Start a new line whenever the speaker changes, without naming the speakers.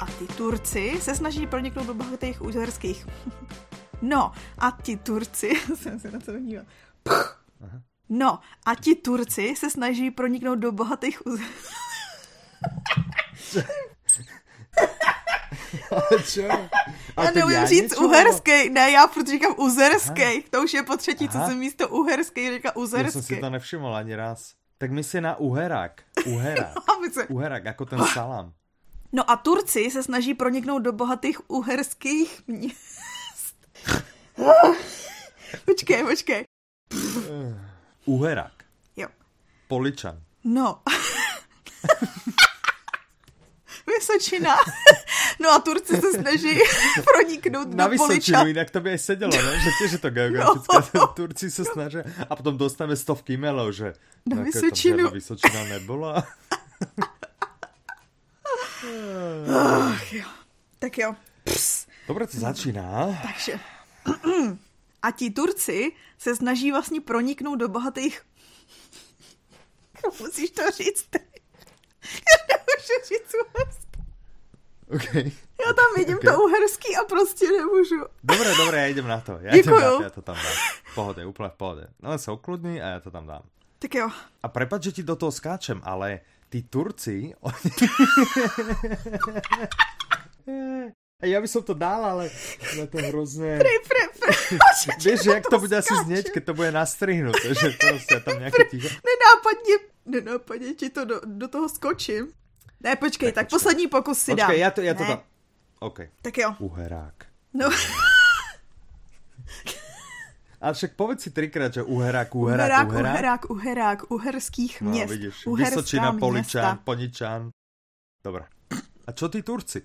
a ty Turci se snaží proniknout do bohatých uherských. No, a ti Turci, jsem se na to díval. No, a ti Turci se snaží proniknout do bohatých uherských.
Ale čo?
Já
to
neumím říct
niečo,
uherský, ne, já proto říkám uzerský, to už je po třetí, co
Aha.
jsem místo uherský říkal
alebo- Ja som si
uzerský.
to nevšimol ani raz. Tak my si na uherák. Uherák.
Aby se-
Uherák, ako ten salám.
No a Turci se snaží proniknout do bohatých uherských měst. počkej, počkej.
Uherák.
Jo.
Poličan.
No. Vysočina. No a Turci se snaží proniknout
Na
do Poliča.
Vysočinu, inak to by aj sedelo, ne? Že tiež je to geografické. No. Turci sa snažia a potom dostaneme stovky e-mailov, že No,
Na
na
Vysočinu.
Tam žiadna Vysočina nebola.
Tak jo. Pss.
Dobre to začíná.
Takže. A ti Turci se snaží vlastně proniknout do bohatých... Musíš to říct ty. Já nemůžu říct uherský.
OK.
Já tam vidím okay. to uherský a prostě nemůžu.
Dobre, dobre, ja idem na to. Ja idem
Děkuju.
na to, ja to tam dám. V pohode, úplne v pohode. No len sa ukludni a ja to tam dám.
Tak jo.
A prepad, že ti do toho skáčem, ale tí Turci, oni... Eh, ja by som to dal, ale na to hrozné...
Pre, pre, pre.
Vieš, že jak to bude asi
skáčem.
znieť, keď to bude nastrihnuté, že proste tam nejaké ticho...
Nenápadně, nenápadně ti to do, do toho skočím. Ne, počkej, tak, tak
počkej.
poslední pokus si dám.
Počkej, ja to, ja to
Ne.
dám. OK.
Tak jo.
Uherák.
No,
Ale však povedz si trikrát, že uherák, uherák,
uherák,
uherák.
uherák, uherák, uherských
No
měst.
vidíš,
uherská
Vysočina, Poličan,
města.
Poničan. Dobre. A čo tí Turci?